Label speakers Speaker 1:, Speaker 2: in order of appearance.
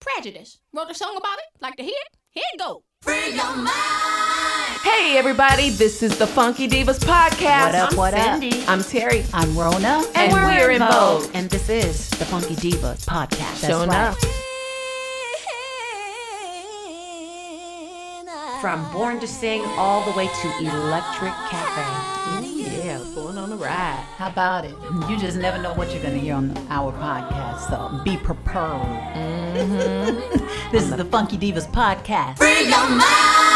Speaker 1: prejudice. Wrote a song about it. Like to hear it? Here it go.
Speaker 2: Hey everybody, this is the Funky Divas podcast.
Speaker 3: What up,
Speaker 2: I'm
Speaker 3: what up?
Speaker 2: Cindy. I'm Terry.
Speaker 3: I'm Rona,
Speaker 2: And we're in Vogue.
Speaker 3: and this is the Funky Diva podcast. That's
Speaker 2: Showing
Speaker 3: right.
Speaker 2: up.
Speaker 3: From Born to Sing all the way to Electric Cafe.
Speaker 2: Yeah, going on a ride.
Speaker 3: How about it? You just never know what you're going to hear on our podcast, so be
Speaker 2: Mm-hmm.
Speaker 3: prepared. this is the Funky Divas podcast.
Speaker 4: Free your mind.